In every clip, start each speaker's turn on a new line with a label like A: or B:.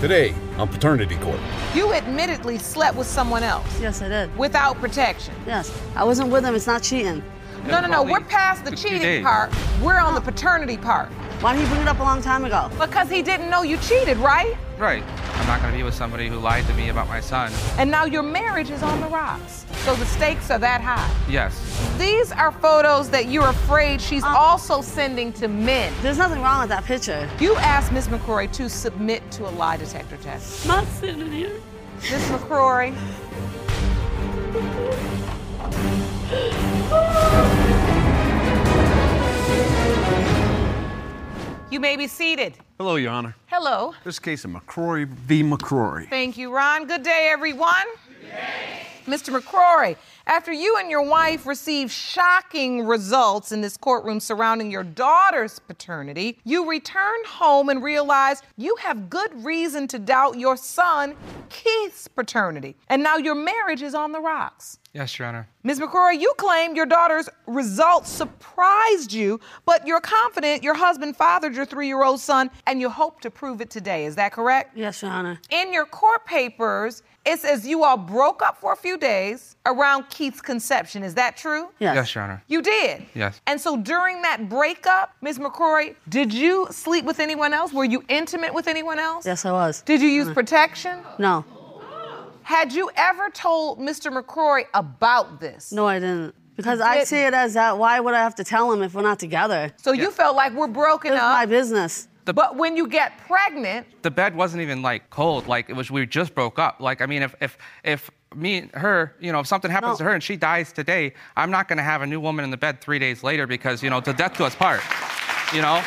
A: Today on Paternity Court.
B: You admittedly slept with someone else
C: Yes, I did.
B: without protection.
C: Yes. I wasn't with him. It's not cheating.
B: No, no, no. We're past the cheating part. We're on the paternity part.
C: Why did he bring it up a long time ago?
B: Because he didn't know you cheated, right?
D: Right. I'm not going to be with somebody who lied to me about my son.
B: And now your marriage is on the rocks. So the stakes are that high.
D: Yes.
B: These are photos that you're afraid she's
C: Um,
B: also sending to men.
C: There's nothing wrong with that picture.
B: You asked Miss McCrory to submit to a lie detector test.
C: Not sitting here.
B: Miss McCrory, you may be seated.
E: Hello, Your Honor.
B: Hello.
E: This case of McCrory v. McCrory.
B: Thank you, Ron. Good day, everyone. Mr. McCrory, after you and your wife received shocking results in this courtroom surrounding your daughter's paternity, you returned home and realized you have good reason to doubt your son, Keith's paternity. And now your marriage is on the rocks.
D: Yes, Your Honor.
B: Ms. McCrory, you claim your daughter's results surprised you, but you're confident your husband fathered your three year old son and you hope to prove it today. Is that correct?
C: Yes, Your Honor.
B: In your court papers, it says you all broke up for a few days around Keith's conception. Is that true?
C: Yes.
D: Yes, Your Honor.
B: You did?
D: Yes.
B: And so during that breakup, Ms. McCrory, did you sleep with anyone else? Were you intimate with anyone else?
C: Yes, Mm-hmm. I was.
B: Did you use protection?
C: No.
B: Had you ever told Mr. McCrory about this?
C: No, I didn't. Because I see it as that. Why would I have to tell him if we're not together?
B: So you felt like we're broken
C: It's
B: up.
C: my business.
B: but when you get pregnant,
D: The bed wasn't even like cold. Like it was. We just broke up. Like I mean, if if if me and her, you know, if something happens
C: No.
D: to her and she dies today, I'm not going to have a new woman in the bed three days later because you know the death do us part. You know.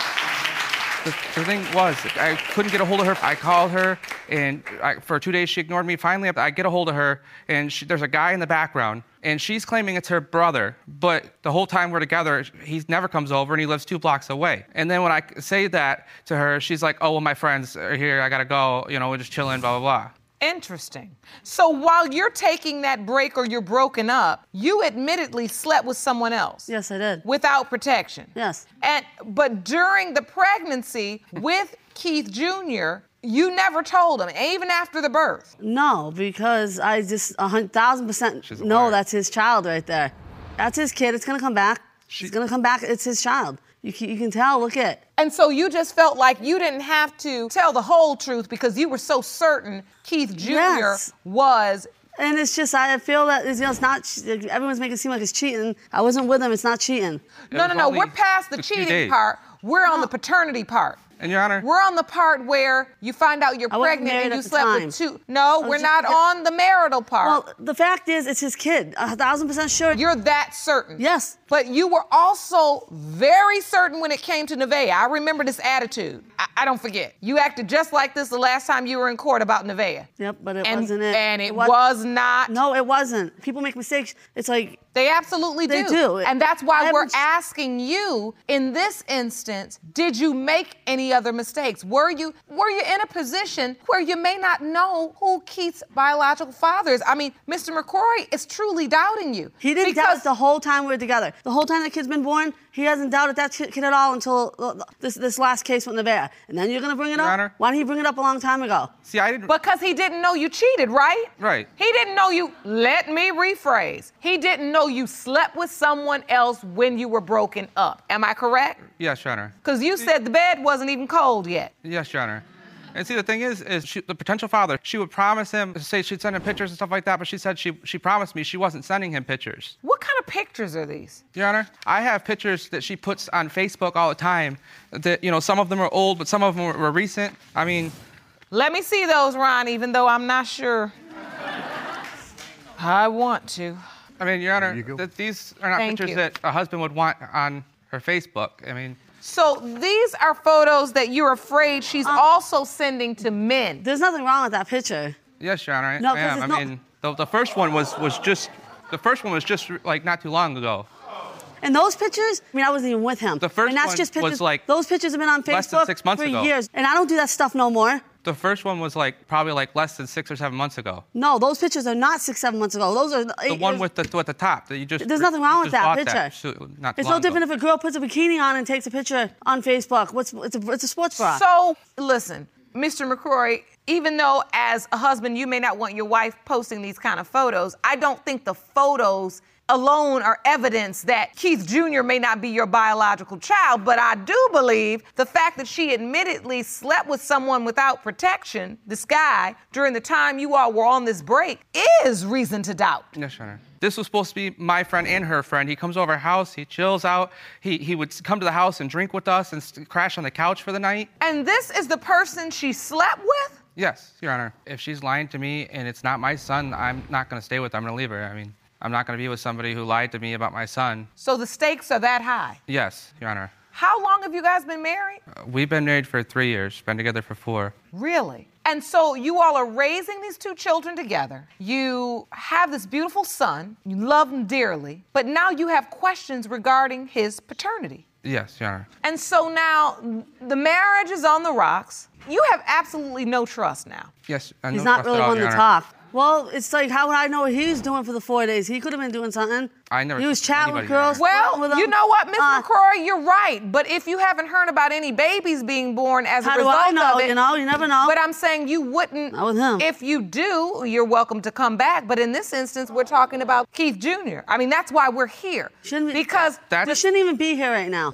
D: The, the thing was, I couldn't get a hold of her. I called her, and I, for two days she ignored me. Finally, I get a hold of her, and she, there's a guy in the background, and she's claiming it's her brother. But the whole time we're together, he never comes over, and he lives two blocks away. And then when I say that to her, she's like, "Oh, well, my friends are here. I gotta go. You know, we're just chilling, blah blah blah."
B: Interesting. So while you're taking that break or you're broken up, you admittedly slept with someone else.
C: Yes, I did.
B: Without protection.
C: Yes.
B: And but during the pregnancy with Keith Jr., you never told him, even after the birth.
C: No, because I just a hun- thousand percent
D: She's a
C: know
D: liar.
C: that's his child right there. That's his kid. It's gonna come back.
D: She-
C: it's gonna come back. It's his child. You can, you can tell. Look at.
B: And so you just felt like you didn't have to tell the whole truth because you were so certain Keith Jr.
C: Yes.
B: was.
C: And it's just, I feel that it's, you know, it's not, everyone's making it seem like it's cheating. I wasn't with him, it's not cheating.
B: no, no,
D: was
B: no.
D: only
B: We're past the
D: a few
B: cheating
D: days.
B: part. We're on the paternity part.
D: And Your Honor,
B: We're on the part where you find out you're
C: I wasn't
B: pregnant
C: married
B: and
C: at
B: you
C: the
B: slept
C: time.
B: with two. No,
C: I
B: we're
C: was
B: not
C: just-
B: on the marital part.
C: Well, the fact is, it's his kid. A thousand percent sure.
B: You're that certain.
C: Yes.
B: But you were also very certain when it came to Nevaeh. I remember this attitude. I, I don't forget. You acted just like this the last time you were in court about Nevaeh.
C: Yep, but it
B: and,
C: wasn't it.
B: And it,
C: wa-
B: was, not.
C: No, it wasn't. People make mistakes. It's like,
B: They absolutely
C: They
B: do.
C: do.
B: And that's why
C: I
B: we're
C: haven't-
B: asking you in this instance, did you make any other mistakes? Were you were you in a position where you may not know who Keith's biological father is? I mean, Mr. McCrory is truly doubting you.
C: he didn't doubt
B: because
C: it the whole time we were together. The whole time the kid's been born, he hasn't doubted that chi- kid at all until uh, this, this last case with Nevaeh. And then you're going to bring it
D: Your
C: up?
D: Honor.
C: Why didn't he bring it up a long time ago?
D: see, I didn't.
B: Because he didn't know you cheated, right?
D: Right.
B: He didn't know you. Let me rephrase. He didn't know you slept with someone else when you were broken up. Am I correct?
D: yes, Your Honor.
B: Because you said the bed wasn't even cold yet.
D: Yes, Your Honor. And see, the thing is, is she, the potential father, she would promise him, say she'd send him pictures and stuff like that, but she said she, she promised me she wasn't sending him pictures.
B: What kind of pictures are these?
D: Your Honor, I have pictures that she puts on Facebook all the time that, you know, some of them are old, but some of them were, were recent. I mean,
B: Let me see those, Ron, even though I'm not sure. I want to.
D: I mean, Your Honor,
E: you go.
D: that these are not
B: Thank
D: pictures
B: you.
D: that a husband would want on her Facebook. I mean,
B: So these are photos that you're afraid she's also sending to men.
C: There's nothing wrong with that picture.
D: yes, Your Honor,
C: No,
D: I
C: 'cause
D: am.
C: it's
D: I
C: not-
D: mean, the, the first one was was just the first one was just like not too long ago.
C: And those pictures, I mean, I wasn't even with him.
D: The first
C: and that's
D: one
C: just
D: was,
C: pictures,
D: like,
C: those pictures have been on Facebook
D: less than six months
C: for
D: ago.
C: years, and I don't do that stuff no more.
D: The first one was like probably like less than six or seven months ago.
C: No, those pictures are not six, seven months ago. Those are
D: The one with the with the top that you just
C: There's nothing wrong
D: you
C: with
D: just
C: that
D: bought
C: picture.
D: shoot, not too
C: it's
D: long
C: no different
D: ago.
C: if a girl puts a bikini on and takes a picture on Facebook. What's it's a, it's a sports bra.
B: So listen, Mr. McCrory, even though as a husband you may not want your wife posting these kind of photos, I don't think the photos alone are evidence that Keith Jr. may not be your biological child, but I do believe the fact that she admittedly slept with someone without protection, this guy, during the time you all were on this break is reason to doubt.
D: Yes, Your Honor. This was supposed to be my friend and her friend. He comes over our house, he chills out. He, he would s- come to the house and drink with us and s crash on the couch for the night.
B: And this is the person she slept with?
D: Yes, Your Honor. If she's lying to me and it's not my son, I'm not going to stay with her. I'm going to leave her. I mean, I'm not going to be with somebody who lied to me about my son.
B: So the stakes are that high.
D: Yes, Your Honor.
B: How long have you guys been married?
D: Uh, We've been married for three years, been together for four.
B: Really? And so you all are raising these two children together. You have this beautiful son. You love him dearly. But now you have questions regarding his paternity.
D: Yes, Your Honor.
B: And so now the marriage is on the rocks. You have absolutely no trust now.
D: Yes, I
C: He's
D: know
C: not
D: trust at
C: really
D: all,
C: one to
D: Your Honor.
C: talk. Well, it's like how would I know what he was doing for the four days? He could have been doing something.
D: I never
C: He was
D: talked to
C: chatting with
D: anybody, Your
C: girls.
D: Honor.
C: flirting
B: Well,
C: with
B: you
C: them.
B: know what, Miss
C: Uh,
B: McCrory, you're right. But if you haven't heard about any babies being born as a
C: How do
B: result
C: I know?
B: of it,
C: You know, you never know.
B: But I'm saying you wouldn't.
C: Not with him.
B: If you do, you're welcome to come back. But in this instance, we're talking about Keith Jr. I mean, that's why we're here.
C: Shouldn't we-
B: because
D: That's-
C: We shouldn't even be here right now.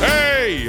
F: Hey,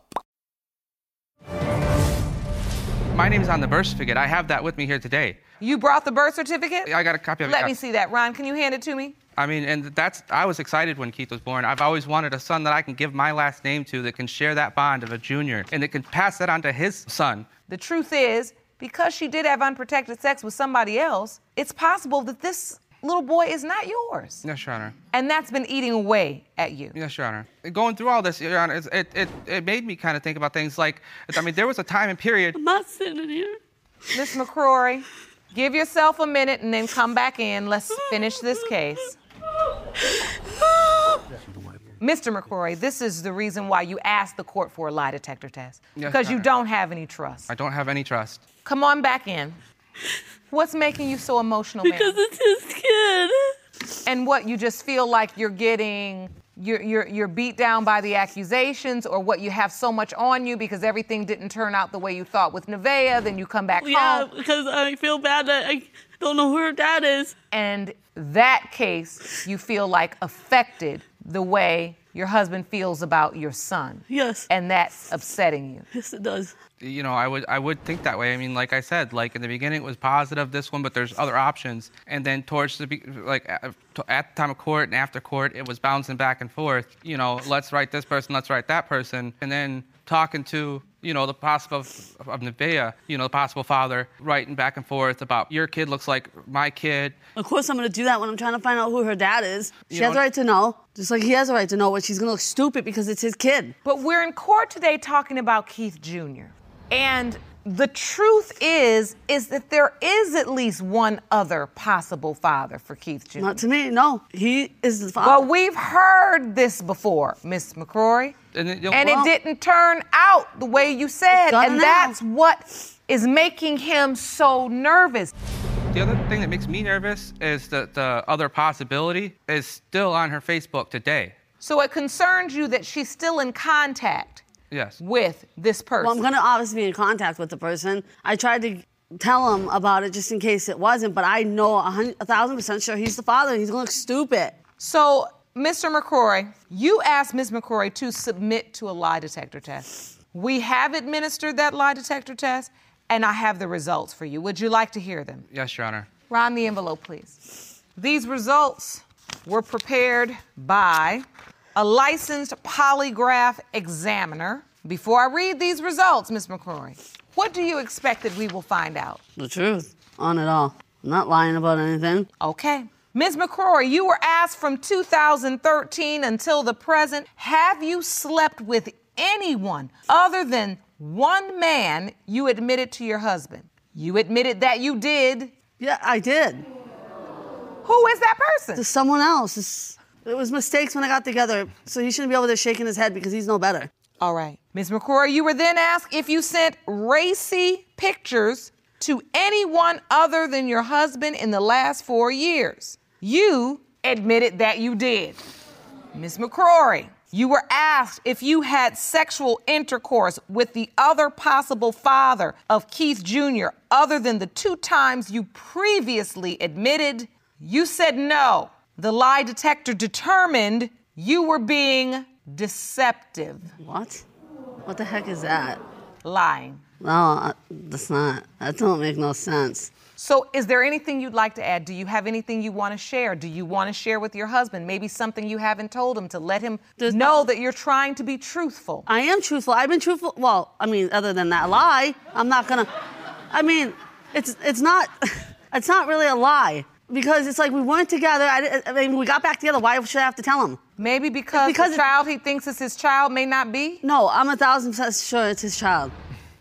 D: My name's on the birth certificate. I have that with me here today.
B: you brought the birth certificate.
D: I got a copy of it.
B: Let
D: yeah.
B: me see that, Ron. Can you hand it to me?
D: I mean, and that's, I was excited when Keith was born. I've always wanted a son that I can give my last name to that can share that bond of a junior and that can pass that on to his son.
B: The truth is, because she did have unprotected sex with somebody else, it's possible that this little boy is not yours.
D: Yes, Your Honor.
B: And that's been eating away at you.
D: Yes, Your Honor. Going through all this, Your Honor, it's- it, it, it made me kind of think about things like, I mean, there was a time and period.
C: I'm not sitting here.
B: Miss McCrory, give yourself a minute and then come back in. Let's finish this case. Mr. McCrory, this is the reason why you asked the court for a lie detector test.
D: Yes,
B: Because you
D: ma'am.
B: don't have any trust.
D: I don't have any trust.
B: Come on back in. What's making you so emotional,
C: Because
B: ma'am?
C: it's his kid.
B: And what you just feel like you're getting you're, you're, you're beat down by the accusations or what you have so much on you because everything didn't turn out the way you thought with Nevaeh, then you come back
C: Yeah,
B: home.
C: because I feel bad that I don't know who her dad is.
B: and that case you feel like affected the way your husband feels about your son.
C: Yes.
B: And that's upsetting you.
C: Yes, it does.
D: You know, I would, I would think that way. I mean, like I said, like in the beginning it was positive, this one, but there's other options. And then towards the, be- like at at the time of court and after court, it was bouncing back and forth. You know, let's write this person, let's write that person. And then talking to, you know, the possible of, of Nevaeh, you know, the possible father, writing back and forth about your kid looks like my kid.
C: Of course, I'm going to do that when I'm trying to find out who her dad is. She
D: You
C: has
D: know-
C: a right to know, just like he has a right to know. But she's going to look stupid because it's his kid.
B: But we're in court today talking about Keith Jr. And the truth is is that there is at least one other possible father for Keith Jr.
C: Not to me. No, he is the father.
B: Well, we've heard this before, Miss McCrory.
D: And it-
B: And
D: well-
B: it didn't turn out the way you said.
C: gone
B: And
C: now.
B: that's what is making him so nervous.
D: The other thing that makes me nervous is that the other possibility is still on her Facebook today.
B: So it concerns you that she's still in contact
D: Yes.
B: with this person.
C: Well, I'm going to obviously be in contact with the person. I tried to tell him about it just in case it wasn't. But I know a, hundred, a thousand percent sure he's the father, and he's gonna look stupid.
B: So, Mr. McCrory, you asked Ms. McCrory to submit to a lie detector test. We have administered that lie detector test, and I have the results for you. Would you like to hear them?
D: Yes, Your Honor.
B: Ron the envelope, please. These results were prepared by a licensed polygraph examiner. Before I read these results, Ms. McCrory, what do you expect that we will find out?
C: The truth on it all. I'm not lying about anything.
B: Okay. Ms. McCrory, you were asked from 2013 until the present have you slept with anyone other than one man you admitted to your husband? You admitted that you did.
C: Yeah, I did.
B: Who is that person?
C: To someone else. It's, it was mistakes when I got together, so he shouldn't be over there shaking his head because he's no better.
B: All right. Ms. McCrory, you were then asked if you sent racy pictures to anyone other than your husband in the last four years. You admitted that you did. Ms. McCrory, you were asked if you had sexual intercourse with the other possible father of Keith Jr., other than the two times you previously admitted. You said no. The lie detector determined you were being deceptive,
C: What? What the heck is that?
B: lying.
C: No, I, that's not. That don't make no sense.
B: So, is there anything you'd like to add? Do you have anything you want to share? Do you want to share with your husband? Maybe something you haven't told him to let him
C: There's
B: know
C: no-
B: that you're trying to be truthful.
C: I am truthful. I've been truthful. Well, I mean, other than that lie, I'm not gonna. I mean, it's it's not it's not really a lie because it's like we weren't together. I, di- I mean, we got back together. Why should I have to tell him?
B: Maybe because,
C: Because
B: the
C: it-
B: child he thinks is his child may not be.
C: No, I'm a thousand percent sure it's his child.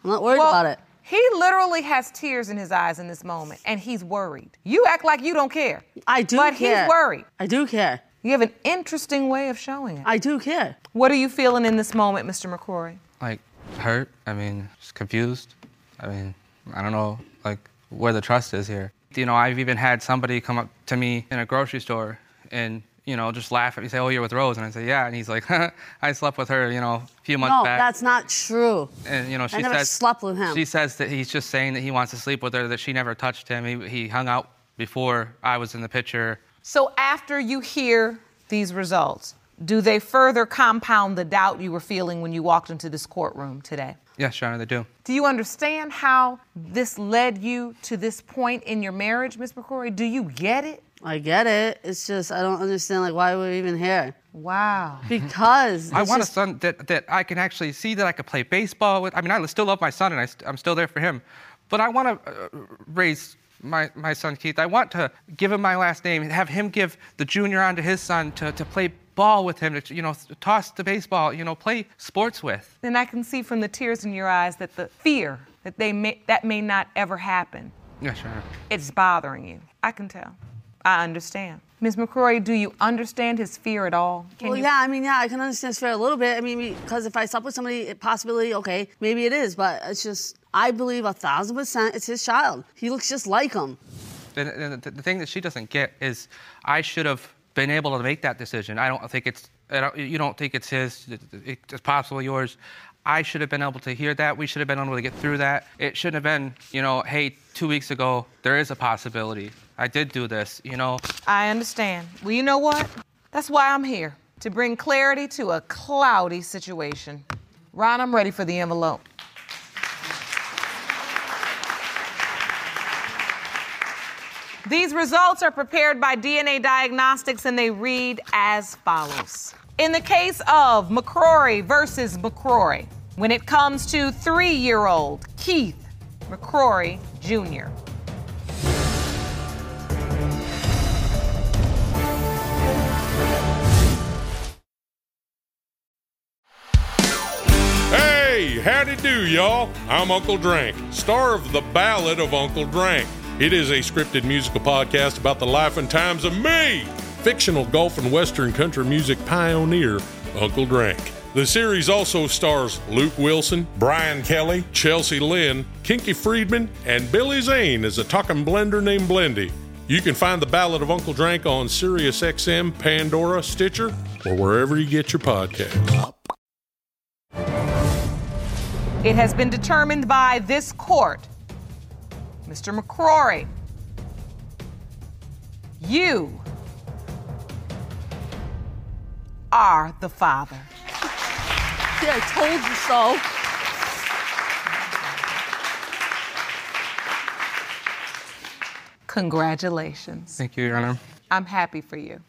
C: I'm not worried about it.
B: he literally has tears in his eyes in this moment, and he's worried. You act like you don't care.
C: I do
B: But
C: care.
B: he's worried.
C: I do care.
B: You have an interesting way of showing it.
C: I do care.
B: what are you feeling in this moment, Mr. McCrory?
D: Like, hurt. I mean, just confused. I mean, I don't know, like, where the trust is here. You know, I've even had somebody come up to me in a grocery store and, you know, just laugh at me, say, oh, you're with Rose. And I say, yeah. And he's like, I slept with her, you know, a few months
C: No,
D: back.
C: that's not true.
D: and you know she
C: never
D: says
C: slept with him.
D: She says that he's just saying that he wants to sleep with her, that she never touched him. He, he hung out before I was in the picture.
B: So, after you hear these results, do they further compound the doubt you were feeling when you walked into this courtroom today?
D: Yes, Your Honor, they do.
B: Do you understand how this led you to this point in your marriage, Ms. McCrory? Do you get it?
C: I get it. It's just I don't understand like why we're even here.
B: Wow.
C: Because
D: I
C: it's
D: want
C: just-
D: a son that, that I can actually see that I can play baseball with. I mean, I still love my son, and I st- I'm still there for him. But I want to uh, raise my, my son Keith. I want to give him my last name, have him give the junior on to his son to, to play ball with him, to you know, toss the baseball, you know, play sports with.
B: And I can see from the tears in your eyes that the fear that they may, that may not ever happen,
D: Yes, Your Honor.
B: it's bothering you. I can tell. I understand. Ms. McCrory, do you understand his fear at all? Can
C: Well,
B: you
C: yeah, I mean, yeah, I can understand this fear a little bit. I mean, because if I slept with somebody, it possibility, okay, maybe it is, but it's just, I believe a thousand percent it's his child. He looks just like him.
D: And- and The, the thing that she doesn't get is I should have been able to make that decision. I don't think it's I don't, you don't think it's his. it- It's possible yours. I should have been able to hear that. We should have been able to get through that. It shouldn't have been, you know, hey, two weeks ago there is a possibility. I did do this, you know.
B: I understand. Well, you know what? That's why I'm here to bring clarity to a cloudy situation. Ron, I'm ready for the envelope. These results are prepared by DNA Diagnostics and they read as follows. In the case of McCrory versus McCrory, when it comes to three year old Keith McCrory Jr.,
F: Hey, howdy do, y'all. I'm Uncle Drank, star of The Ballad of Uncle Drank. It is a scripted musical podcast about the life and times of me, fictional golf and western country music pioneer, Uncle Drank. The series also stars Luke Wilson, Brian Kelly, Chelsea Lynn, Kinky Friedman, and Billy Zane as a talking blender named Blendy. You can find The Ballad of Uncle Drank on SiriusXM, Pandora, Stitcher, or wherever you get your podcasts.
B: It has been determined by this court Mr. McCrory, you are the father.
C: Yeah, I told you so.
B: Congratulations.
D: Thank you, Your Honor.
B: I'm happy for you.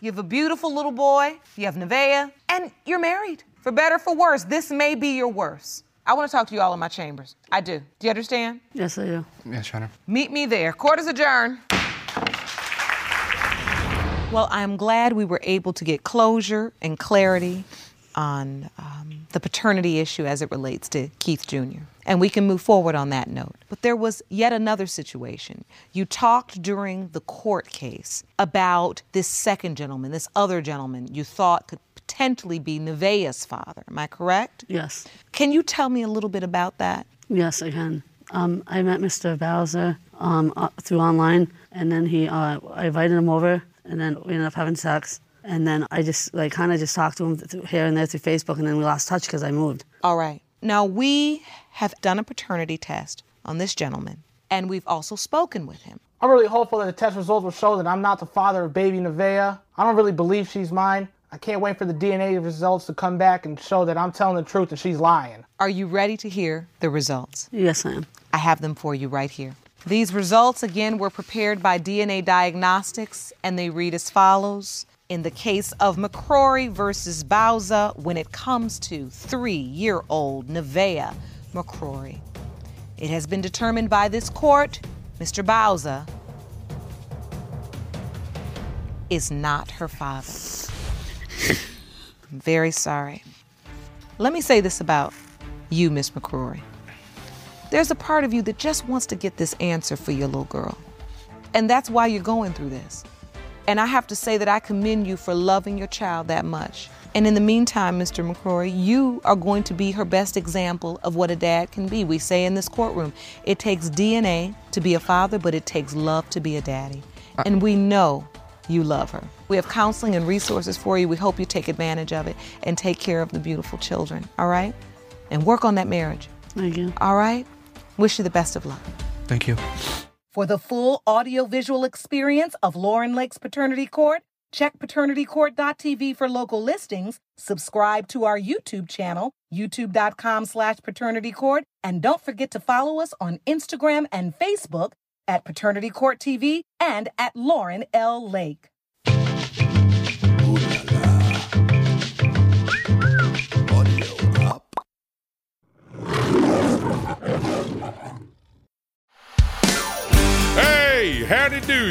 B: You have a beautiful little boy, you have Nevaeh, and you're married. For better, for worse, this may be your worst. I want to talk to you all in my chambers. I do. Do you understand?
C: Yes, I do.
D: Yes, Your Honor.
B: Meet me there. Court is adjourned. Well, I'm glad we were able to get closure and clarity on um, the paternity issue as it relates to Keith Jr. And we can move forward on that note. But there was yet another situation. You talked during the court case about this second gentleman, this other gentleman you thought could potentially be Nevaeh's father. Am I correct?
C: Yes.
B: Can you tell me a little bit about that?
C: Yes, I can. Um, I met Mr. Bowser um, uh, through online, and then he, uh, I invited him over, and then we ended up having sex. And then I just, like, kind of just talked to him through here and there through Facebook, and then we lost touch because I moved.
B: All right. Now, we have done a paternity test on this gentleman, and we've also spoken with him.
G: I'm really hopeful that the test results will show that I'm not the father of baby Nevaeh. I don't really believe she's mine. I can't wait for the DNA results to come back and show that I'm telling the truth and she's lying.
B: Are you ready to hear the results?
C: Yes, I am.
B: I have them for you right here. These results, again, were prepared by DNA Diagnostics, and they read as follows. In the case of McCrory versus Bowser, when it comes to three year old Nevaeh McCrory, it has been determined by this court Mr. Bowser is not her father. I'm very sorry. Let me say this about you, Miss McCrory. There's a part of you that just wants to get this answer for your little girl. And that's why you're going through this. And I have to say that I commend you for loving your child that much. And in the meantime, Mr. McCrory, you are going to be her best example of what a dad can be. We say in this courtroom, it takes DNA to be a father, but it takes love to be a daddy. and we know you love her. We have counseling and resources for you. We hope you take advantage of it and take care of the beautiful children, all right? And work on that marriage.
C: Thank you.
B: All right? Wish you the best of luck.
D: Thank you.
B: For the full audiovisual experience of Lauren Lake's Paternity Court, check paternitycourt.tv for local listings, subscribe to our YouTube channel, youtube.com slash paternitycourt, and don't forget to follow us on Instagram and Facebook at Paternity Court TV and at Lauren L. Lake.
F: Hey, howdy do,